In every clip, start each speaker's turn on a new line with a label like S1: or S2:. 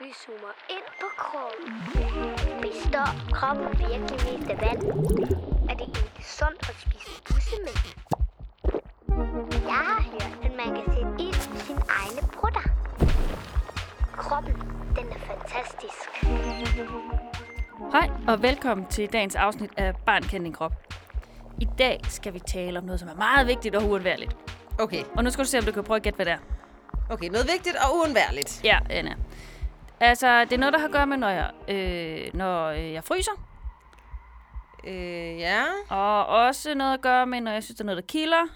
S1: Vi zoomer ind på kroppen. Består kroppen virkelig mest af vand? Er det egentlig sundt at spise bussemænd? Jeg har hørt, at man kan sætte ild i sine egne brutter. Kroppen, den er fantastisk.
S2: Hej og velkommen til dagens afsnit af Barn kendt din krop. I dag skal vi tale om noget, som er meget vigtigt og uundværligt.
S3: Okay,
S2: Og nu skal du se, om du kan prøve at gætte, hvad det er.
S3: okay. Noget vigtigt og uundværligt.
S2: Ja, Anna. Altså, det er noget, der har at gøre med, når jeg, øh, når øh, jeg fryser.
S3: Øh, ja.
S2: Og også noget at gøre med, når jeg synes, der er noget, der kilder.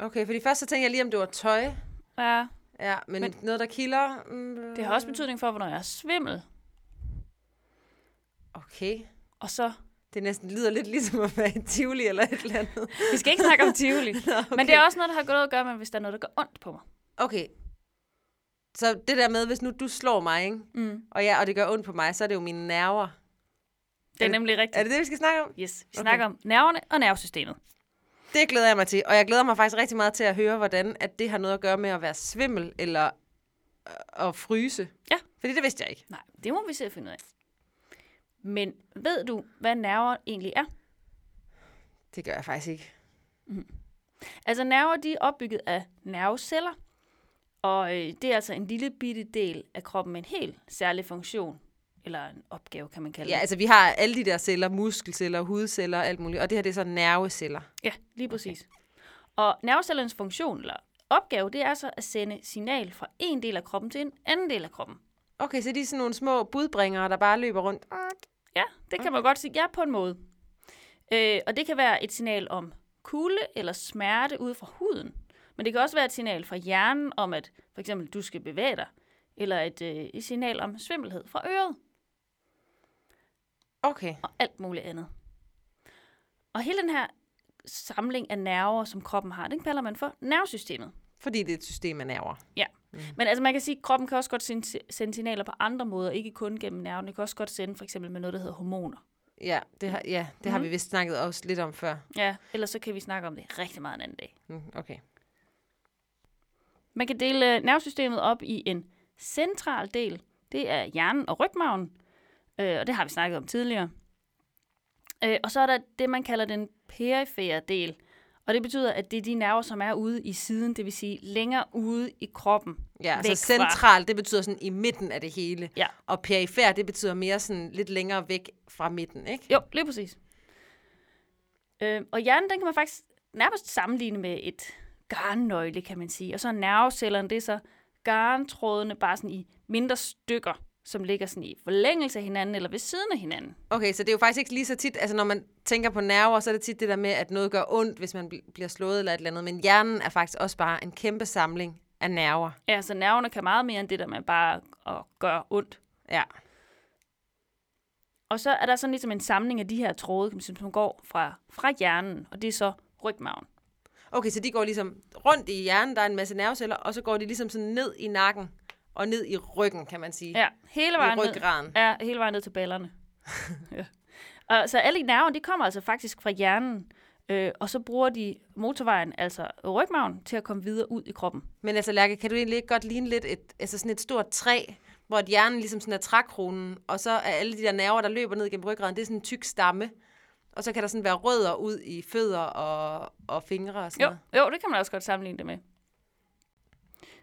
S3: Okay, fordi først så tænkte jeg lige, om det var tøj.
S2: Ja.
S3: Ja, men, men noget, der kilder. Mm,
S2: Det har også betydning for, hvornår jeg er svimmel.
S3: okay.
S2: Og så...
S3: Det næsten lyder lidt ligesom at være i Tivoli eller et eller andet.
S2: Vi skal ikke snakke om Tivoli.
S3: okay.
S2: Men det er også noget, der har noget at gøre med, hvis der er noget, der gør ondt på mig.
S3: Okay. Så det der med, hvis nu du slår mig, ikke?
S2: Mm.
S3: Og, ja, og det gør ondt på mig, så er det jo mine nerver.
S2: Det er nemlig rigtigt.
S3: Er det det, vi skal snakke om?
S2: Yes, vi
S3: Okay.
S2: snakker om nerverne og nervesystemet.
S3: Det glæder jeg mig til. Og jeg glæder mig faktisk rigtig meget til at høre, hvordan at det har noget at gøre med at være svimmel eller øh, at fryse.
S2: Ja.
S3: Fordi det vidste jeg ikke.
S2: Nej, det må vi se at finde ud af. Men ved du, hvad nerver egentlig er?
S3: Det gør jeg faktisk ikke.
S2: Altså nerver, de er opbygget af nerveceller, og øh, det er altså en lille bitte del af kroppen med en helt særlig funktion, eller en opgave, kan man kalde
S3: Ja,
S2: det.
S3: altså vi har alle de der celler, muskelceller, hudceller og alt muligt, og det her det er så nerveceller.
S2: Ja, lige præcis. Og nervecellernes funktion, eller opgave, det er altså at sende signal fra en del af kroppen til en anden del af kroppen.
S3: Okay, så de er sådan nogle små budbringere, der bare løber rundt.
S2: Ja, det kan man godt sige. Ja, på en måde. Øh, og det kan være et signal om kulde eller smerte ude fra huden. Men det kan også være et signal fra hjernen om, at for eksempel du skal bevæge dig. Eller et, øh, et signal om svimmelhed fra øret
S3: Okay,
S2: og alt muligt andet. Og hele den her samling af nerver, som kroppen har, den kalder man for nervesystemet.
S3: fordi det er et system af nerver.
S2: Ja, mm. men altså man kan sige, at kroppen kan også godt sende, sende signaler på andre måder, ikke kun gennem nerven. Det kan også godt sende for eksempel med noget, der hedder hormoner.
S3: Ja, det har, ja, det mm.
S2: Mhm.
S3: har vi vist snakket også lidt om før.
S2: Ja, ellers så kan vi snakke om det rigtig meget en anden dag.
S3: Mm, Okay.
S2: Man kan dele øh, nervesystemet op i en central del. Det er hjernen og rygmagen, øh, og det har vi snakket om tidligere. Øh, og så er der det, man kalder den perifære del. Og det betyder, at det er de nerver, som er ude i siden, det vil sige længere ude i kroppen.
S3: Ja,
S2: væk
S3: så
S2: fra.
S3: central, det betyder sådan i midten af det hele.
S2: Ja.
S3: Og perifer, det betyder mere sådan lidt længere væk fra midten, ikke?
S2: Jo, lige præcis. Øh, og hjernen, den kan man faktisk nærmest sammenligne med et garnnøgle, kan man sige. Og så nervecellerne, det er så garntrådene bare sådan i mindre stykker, som ligger sådan i forlængelse af hinanden eller ved siden af hinanden.
S3: Okay, så det er jo faktisk ikke lige så tit, altså når man tænker på nerver, så er det tit det der med, at noget gør ondt, hvis man bl- bliver slået eller et eller andet, men hjernen er faktisk også bare en kæmpe samling af nerver.
S2: Ja, så nerverne kan meget mere end det der med bare at gøre ondt.
S3: Ja.
S2: Og så er der sådan ligesom en samling af de her tråde, kan man sige, som går fra, fra hjernen, og det er så rygmagen.
S3: Okay, så de går ligesom rundt i hjernen, der er en masse nerveceller, og så går de ligesom sådan ned i nakken og ned i ryggen, kan man sige.
S2: Ja, hele vejen ned.
S3: ryggraden.
S2: Ja, hele vejen ned til ballerne. ja. Og så alle nerverne, de kommer altså faktisk fra hjernen, øh, og så bruger de motorvejen, altså rygmagen, til at komme videre ud i kroppen.
S3: Men altså, Lærke, kan du egentlig ikke godt ligne lidt et, altså sådan et stort træ, hvor at hjernen ligesom sådan er trækronen, og så er alle de der nerver, der løber ned gennem ryggraden, det er sådan en tyk stamme. Og så kan der sådan være rødder ud i fødder og, og fingre og sådan
S2: Jo,
S3: noget.
S2: jo, det kan man også godt sammenligne det med.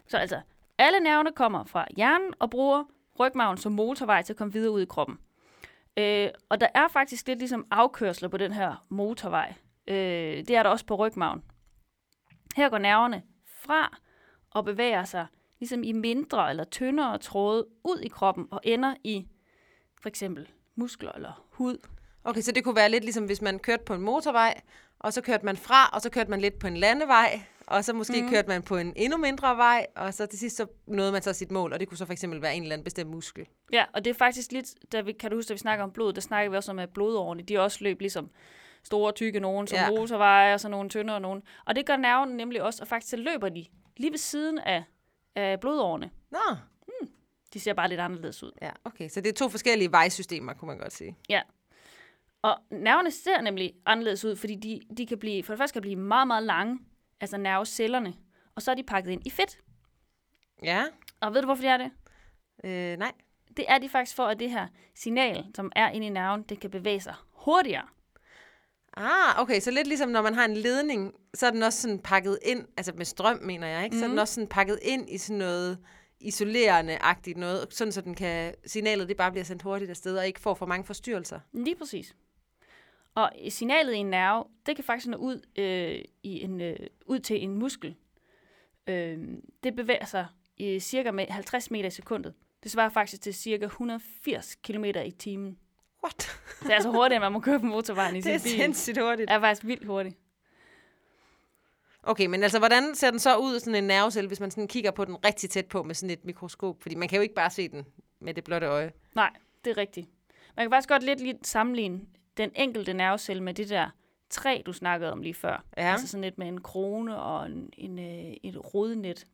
S2: Så altså, alle nerverne kommer fra hjernen og bruger rygmagen som motorvej til at komme videre ud i kroppen. Øh, og der er faktisk lidt ligesom afkørsler på den her motorvej. Øh, det er der også på rygmagen. Her går nerverne fra og bevæger sig ligesom i mindre eller tyndere tråde ud i kroppen og ender i for eksempel muskler eller hud.
S3: Okay, så det kunne være lidt ligesom, hvis man kørte på en motorvej, og så kørte man fra, og så kørte man lidt på en landevej, og så måske mm. kørte man på en endnu mindre vej, og så til sidst så nåede man så sit mål, og det kunne så for eksempel være en eller anden bestemt muskel.
S2: Ja, og det er faktisk lidt, da vi, kan du huske, da vi snakker om blod, der snakker vi også om, at blodårene, de også løb ligesom store, tykke nogen, som ja.
S3: Ja.
S2: motorveje, og så nogle tyndere nogen. Og det gør nerven nemlig også, og faktisk så løber de lige ved siden af, af blodårene.
S3: Nå,
S2: De ser bare lidt anderledes ud.
S3: ja, okay. Så det er to forskellige vejsystemer, kunne man godt sige.
S2: Ja. Og nerverne ser nemlig anderledes ud, fordi de, de kan blive, for det første kan de blive meget, meget lange, altså nervecellerne, og så er de pakket ind i fedt.
S3: Ja,
S2: Og ved du, hvorfor de er det?
S3: øh, nej.
S2: Det er de faktisk for, at det her signal, som er inde i nerven, det kan bevæge sig hurtigere.
S3: Ah, okay, så lidt ligesom når man har en ledning, så er den også sådan pakket ind, altså med strøm, mener jeg, ikke? Mm. Så er den også sådan pakket ind i sådan noget isolerende-agtigt noget, sådan så den kan, signalet det bare bliver sendt hurtigt afsted, og ikke får for mange forstyrrelser.
S2: Lige præcis. Og signalet i en nerve, det kan faktisk nå ud, øh, i en, øh, ud til en muskel. Øh, det bevæger sig i cirka med 50 meter i sekundet. Det svarer faktisk til cirka 180 km i timen.
S3: What?
S2: Det er altså hurtigere, end man må køre på motorvejen i
S3: Det er
S2: sin bil.
S3: sindssygt hurtigt.
S2: Det er faktisk vildt hurtigt.
S3: Okay, men altså, hvordan ser den så ud, sådan en nervecelle, hvis man sådan kigger på den rigtig tæt på med sådan et mikroskop? Fordi man kan jo ikke bare se den med det blotte øje.
S2: Nej, det er rigtigt. Man kan faktisk godt lidt lige sammenligne den enkelte nervecelle med det der træ, du snakkede om lige før.
S3: Ja.
S2: Altså sådan lidt med en krone og en, en, øh, et rodnet.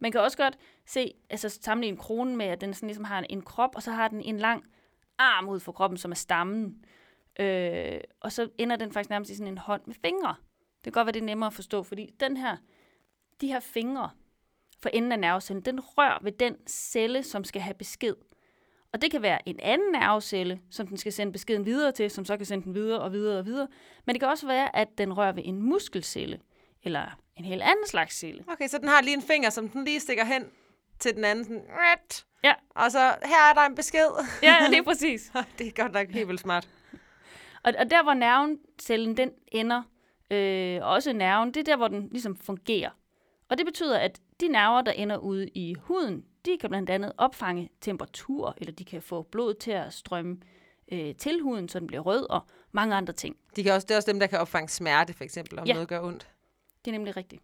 S2: Man kan også godt se, altså sammenligne kronen med, at den sådan ligesom har en, en krop, og så har den en lang arm ud for kroppen, som er stammen. Øh, og så ender den faktisk nærmest i sådan en hånd med fingre. Det kan godt være, det er nemmere at forstå, fordi den her, de her fingre for enden af nervecellen, den rører ved den celle, som skal have besked. Og det kan være en anden nervecelle, som den skal sende beskeden videre til, som så kan sende den videre og videre og videre. Men det kan også være, at den rører ved en muskelcelle, eller en helt anden slags celle.
S3: Okay, så den har lige en finger, som den lige stikker hen til den anden. Sådan, "Rat."
S2: Ja.
S3: Og så, her er der en besked.
S2: Ja, lige præcis.
S3: det er godt nok helt vildt smart.
S2: Og, og der, hvor nervecellen den ender, øh, og også nerven, det er der, hvor den ligesom fungerer. Og det betyder, at de nerver, der ender ude i huden, de kan blandt andet opfange temperatur, eller de kan få blod til at strømme øh, til huden, så den bliver rød, og mange andre ting.
S3: De kan også, det er også dem, der kan opfange smerte, for eksempel, om
S2: Ja.
S3: ja. noget gør ondt.
S2: Det er nemlig rigtigt.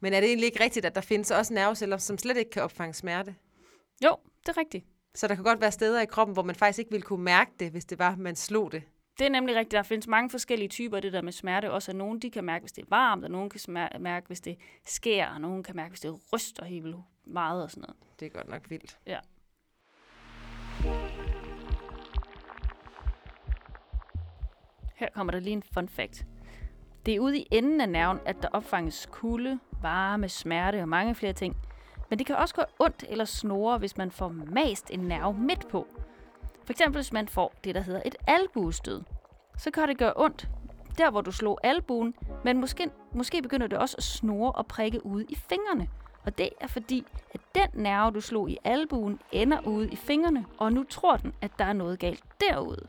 S3: Men er det egentlig ikke rigtigt, at der findes også nerveceller, som slet ikke kan opfange smerte?
S2: Jo, det er rigtigt.
S3: Så der kan godt være steder i kroppen, hvor man faktisk ikke ville kunne mærke det, hvis det var, man slog det.
S2: Det er nemlig rigtigt. Der findes mange forskellige typer af det der med smerte. Også at nogen de kan mærke, hvis det er varmt, og nogen kan smer- mærke, hvis det skærer, og nogen kan mærke, hvis det ryster helt vildt meget og sådan noget.
S3: Det er godt nok vildt.
S2: Ja. Her kommer der lige en fun fact. Det er ude i enden af nerven, at der opfanges kulde, varme, smerte og mange flere ting. Men det kan også gøre ondt eller snore, hvis man får mast en nerve midt på. For eksempel hvis man får det, der hedder et albuestød. Så kan det gøre ondt der, hvor du slog albuen, men måske, måske begynder det også at snore og prikke ude i fingrene. Og det er fordi, at den nerve, du slog i albuen, ender ude i fingrene, og nu tror den, at der er noget galt derude.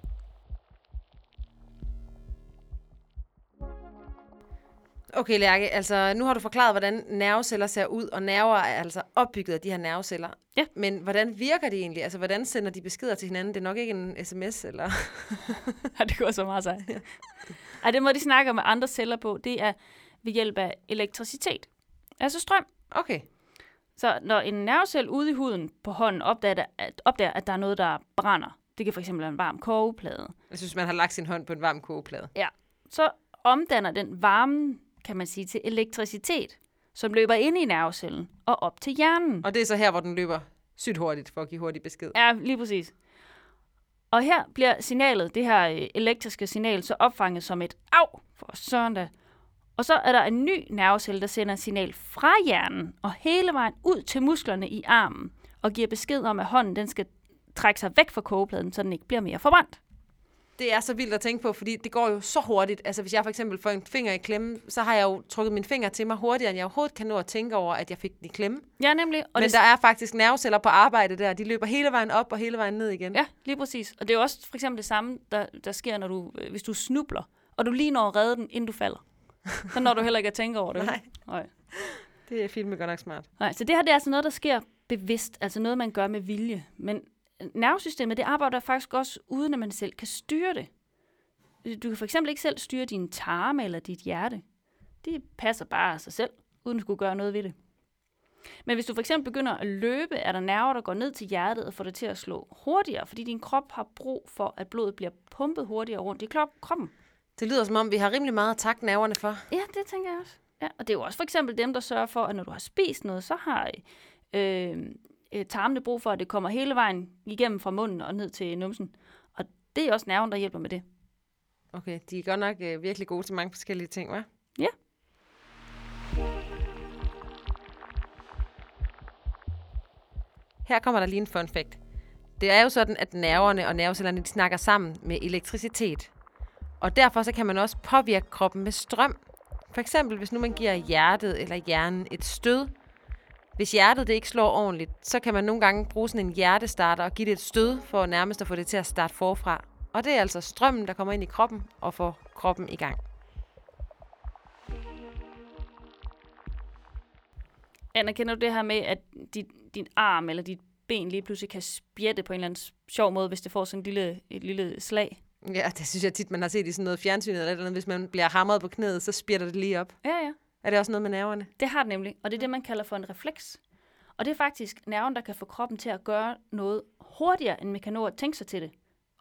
S3: Okay, Lærke, altså nu har du forklaret, hvordan nerveceller ser ud, og nerver er altså opbygget af de her nerveceller.
S2: Ja.
S3: Men hvordan virker de egentlig? Altså, hvordan sender de beskeder til hinanden? Det er nok ikke en sms, eller...
S2: Ja, det går så meget sejt. Ej, den måde, de snakker med andre celler på, det er ved hjælp af elektricitet. Altså strøm.
S3: Okay.
S2: Så når en nervecelle ude i huden på hånden opdager, at, opdager, at der er noget, der brænder, det kan fx være en varm kogeplade,
S3: Jeg synes, man har lagt sin hånd på en varm kogeplade.
S2: Ja. Så omdanner den varmen, kan man sige, til elektricitet, som løber ind i nervecellen og op til hjernen.
S3: Og det er så her, hvor den løber sygt hurtigt, for at give hurtig besked.
S2: Ja, lige præcis. Og her bliver signalet, det her øh, elektriske signal, så opfanget som et af for søren da. Og så er der en ny nervecelle, der sender et signal fra hjernen og hele vejen ud til musklerne i armen og giver besked om, at hånden den skal trække sig væk fra kogepladen, så den ikke bliver mere forbrændt.
S3: Det er så vildt at tænke på, fordi det går jo så hurtigt. Altså, hvis jeg for eksempel får en finger i klemme, så har jeg jo trukket min finger til mig hurtigere, end jeg overhovedet kan nå at tænke over, at jeg fik den i klemme.
S2: Ja, nemlig. Og
S3: Og Men
S2: det
S3: der er faktisk nerveceller på arbejde der. De løber hele vejen op og hele vejen ned igen.
S2: Ja, lige præcis. Og det er jo også for eksempel det samme, der, der sker, når du, øh, hvis du snubler, og du lige når at redde den, inden du falder. Så når du heller ikke at tænke over det. vel?
S3: Nej.
S2: Nej.
S3: Det er filmen godt nok smart.
S2: Nej. Så det her det er altså noget, der sker bevidst, altså noget, man gør med vilje. Men øh, nervesystemet, det arbejder faktisk også, uden at man selv kan styre det. Du kan for eksempel ikke selv styre din tarme eller dit hjerte. De passer bare af sig selv, uden at skulle gøre noget ved det. Men hvis du for eksempel begynder at løbe, er der nerver, der går ned til hjertet og får det til at slå hurtigere, fordi din krop har brug for, at blodet bliver pumpet hurtigere rundt i krop- kroppen.
S3: Det lyder som om, vi har rimelig meget at takke nerverne for.
S2: Ja, det tænker jeg også. Ja, og det er jo også for eksempel dem, der sørger for, at når du har spist noget, så har øh, øh, tarmene brug for, at det kommer hele vejen igennem fra munden og ned til numsen. Og det er også nerven, der hjælper med det.
S3: Okay, de er godt nok øh, virkelig gode til mange forskellige ting, hva'?
S2: Ja.
S3: Her kommer der lige en fun fact. Det er jo sådan, at nerverne og nervecellerne de snakker sammen med elektricitet. Og derfor så kan man også påvirke kroppen med strøm. For eksempel, hvis nu man giver hjertet eller hjernen et stød. Hvis hjertet det ikke slår ordentligt, så kan man nogle gange bruge sådan en hjertestarter og give det et stød for nærmest at få det til at starte forfra. Og det er altså strømmen, der kommer ind i kroppen og får kroppen i gang.
S2: Anerkender du det her med, at dit, din arm eller dit ben lige pludselig kan spjætte på en eller anden s- sjov måde, hvis det får sådan en lille, et lille slag?
S3: Ja, det synes jeg tit, man har set i sådan noget fjernsyn eller et eller andet. Hvis man bliver hamret på knæet, så spjætter det lige op.
S2: Ja, ja.
S3: Er det også noget med nerverne?
S2: Det har den nemlig, og det er det, man kalder for en refleks. Og det er faktisk nerven, der kan få kroppen til at gøre noget hurtigere, end man kan nå at tænke sig til det.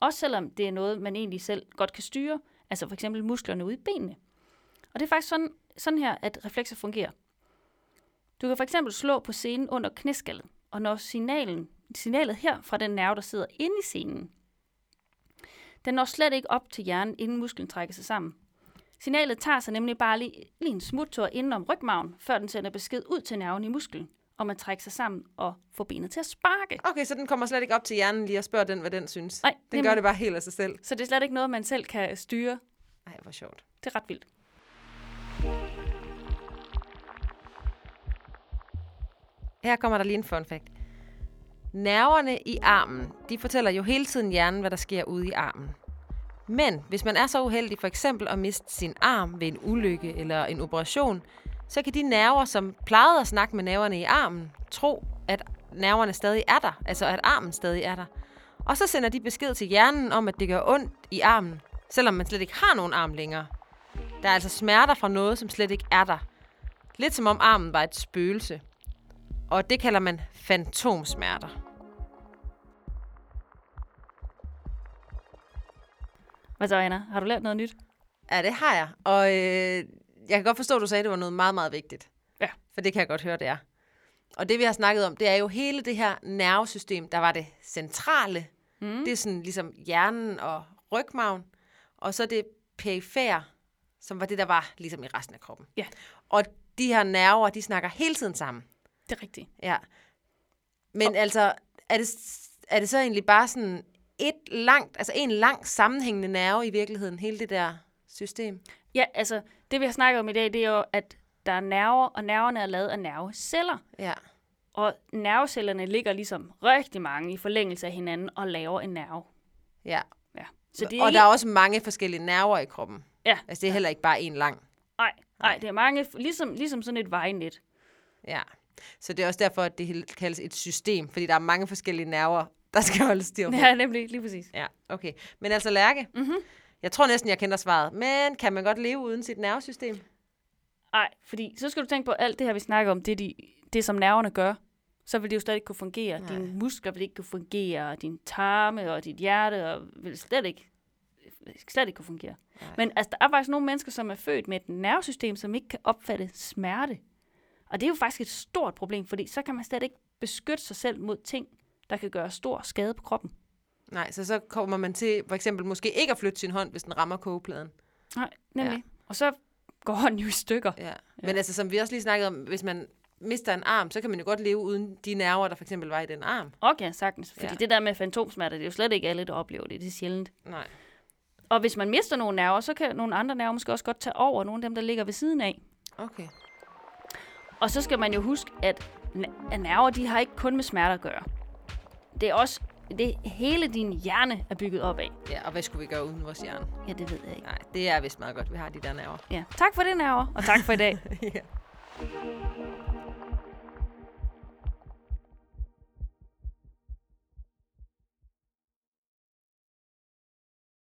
S2: Også selvom det er noget, man egentlig selv godt kan styre, altså for eksempel musklerne ude i benene. Og det er faktisk sådan, sådan her, at reflekser fungerer. Du kan for eksempel slå på scenen under knæskallen, og når signalen, signalet her fra den nerve, der sidder inde i scenen, den når slet ikke op til hjernen, inden musklen trækker sig sammen. Signalet tager sig nemlig bare lige, lige en smuttur inden om rygmagen, før den sender besked ud til nerven i musklen, og man trækker sig sammen og får benet til at sparke.
S3: Okay, så den kommer slet ikke op til hjernen lige og spørger den, hvad den synes.
S2: Nej,
S3: den
S2: nemlig.
S3: gør det bare helt af sig selv.
S2: Så det er slet ikke noget, man selv kan styre.
S3: Nej, hvor sjovt.
S2: Det er ret vildt.
S3: Her kommer der lige en fun fact. Nerverne i armen, de fortæller jo hele tiden hjernen, hvad der sker ude i armen. Men hvis man er så uheldig for eksempel at miste sin arm ved en ulykke eller en operation, så kan de nerver, som plejede at snakke med nerverne i armen, tro, at nerverne stadig er der, altså at armen stadig er der. Og så sender de besked til hjernen om, at det gør ondt i armen, selvom man slet ikke har nogen arm længere. Der er altså smerter fra noget, som slet ikke er der. Lidt som om armen var et spøgelse. Og det kalder man fantomsmerter.
S2: Hvad så, Anna? Har du lært noget nyt?
S3: Ja, det har jeg. Og øh, jeg kan godt forstå, at du sagde, at det var noget meget, meget vigtigt.
S2: Ja.
S3: For det kan jeg godt høre, det er. Og det, vi har snakket om, det er jo hele det her nervesystem, der var det centrale. Mm. Det er sådan ligesom hjernen og rygmagen. Og så det perifære, som var det, der var ligesom i resten af kroppen.
S2: Ja,
S3: Og de her nerver, de snakker hele tiden sammen.
S2: det er rigtigt.
S3: Ja. Men og... altså, er det, er det så egentlig bare sådan et langt, altså en lang sammenhængende nerve i virkeligheden, hele det der system?
S2: Ja, altså, det vi har snakket om i dag, det er jo, at der er nerver, og nerverne er lavet af nerveceller.
S3: Ja.
S2: Og nervecellerne ligger ligesom rigtig mange i forlængelse af hinanden og laver en nerve.
S3: ja.
S2: Ja. Så det er
S3: Og
S2: ikke...
S3: der er også mange forskellige nerver i kroppen.
S2: Ja,
S3: Altså, det er heller ikke bare en lang.
S2: nej, nej, det er mange, ligesom, ligesom sådan et vejnet.
S3: Ja. Så det er også derfor, at det hele kaldes et system, fordi der er mange forskellige nerver, der skal holde styr på.
S2: Ja, nemlig, lige præcis.
S3: ja okay. Men altså, Lærke, mm-hmm. jeg tror næsten, jeg kender svaret. Men kan man godt leve uden sit nervesystem?
S2: Nej, fordi så skal du tænke på, at alt det her, vi snakker om, det, er de, det som nerverne gør, så vil det jo slet ikke kunne fungere. Nej. Dine muskler vil ikke kunne fungere, og din tarme og dit hjerte og vil slet ikke, slet ikke kunne fungere. Nej. Men altså, der er faktisk nogle mennesker, som er født med et nervesystem, som ikke kan opfatte smerte. Og det er jo faktisk et stort problem, fordi så kan man slet ikke beskytte sig selv mod ting, der kan gøre stor skade på kroppen.
S3: Nej, så så kommer man til for eksempel måske ikke at flytte sin hånd, hvis den rammer kogepladen.
S2: Nej, nemlig. Ja. Og så går hånden jo i stykker.
S3: Ja. Men altså, som vi også lige snakkede om, hvis man mister en arm, så kan man jo godt leve uden de nerver, der for eksempel var i den arm.
S2: Okay, sagtens. Fordi ja.
S3: Ja.
S2: det der med fantomsmerter, det er jo slet ikke alle, der oplever det. Det er sjældent.
S3: Nej.
S2: Og hvis man mister nogle nerver, så kan nogle andre nerver måske også godt tage over nogle af dem, der ligger ved siden af.
S3: Okay.
S2: Og så skal man jo huske, at n- at nerver, de har ikke kun med smerter at gøre. Det er også, det er hele din hjerne er bygget op af.
S3: Ja, og hvad skulle vi gøre uden vores hjerne?
S2: Ja, det ved jeg ikke.
S3: Nej, det er vist meget godt, vi har de der nerver.
S2: Ja. Tak for det, nerver, og tak for i dag.
S3: ja.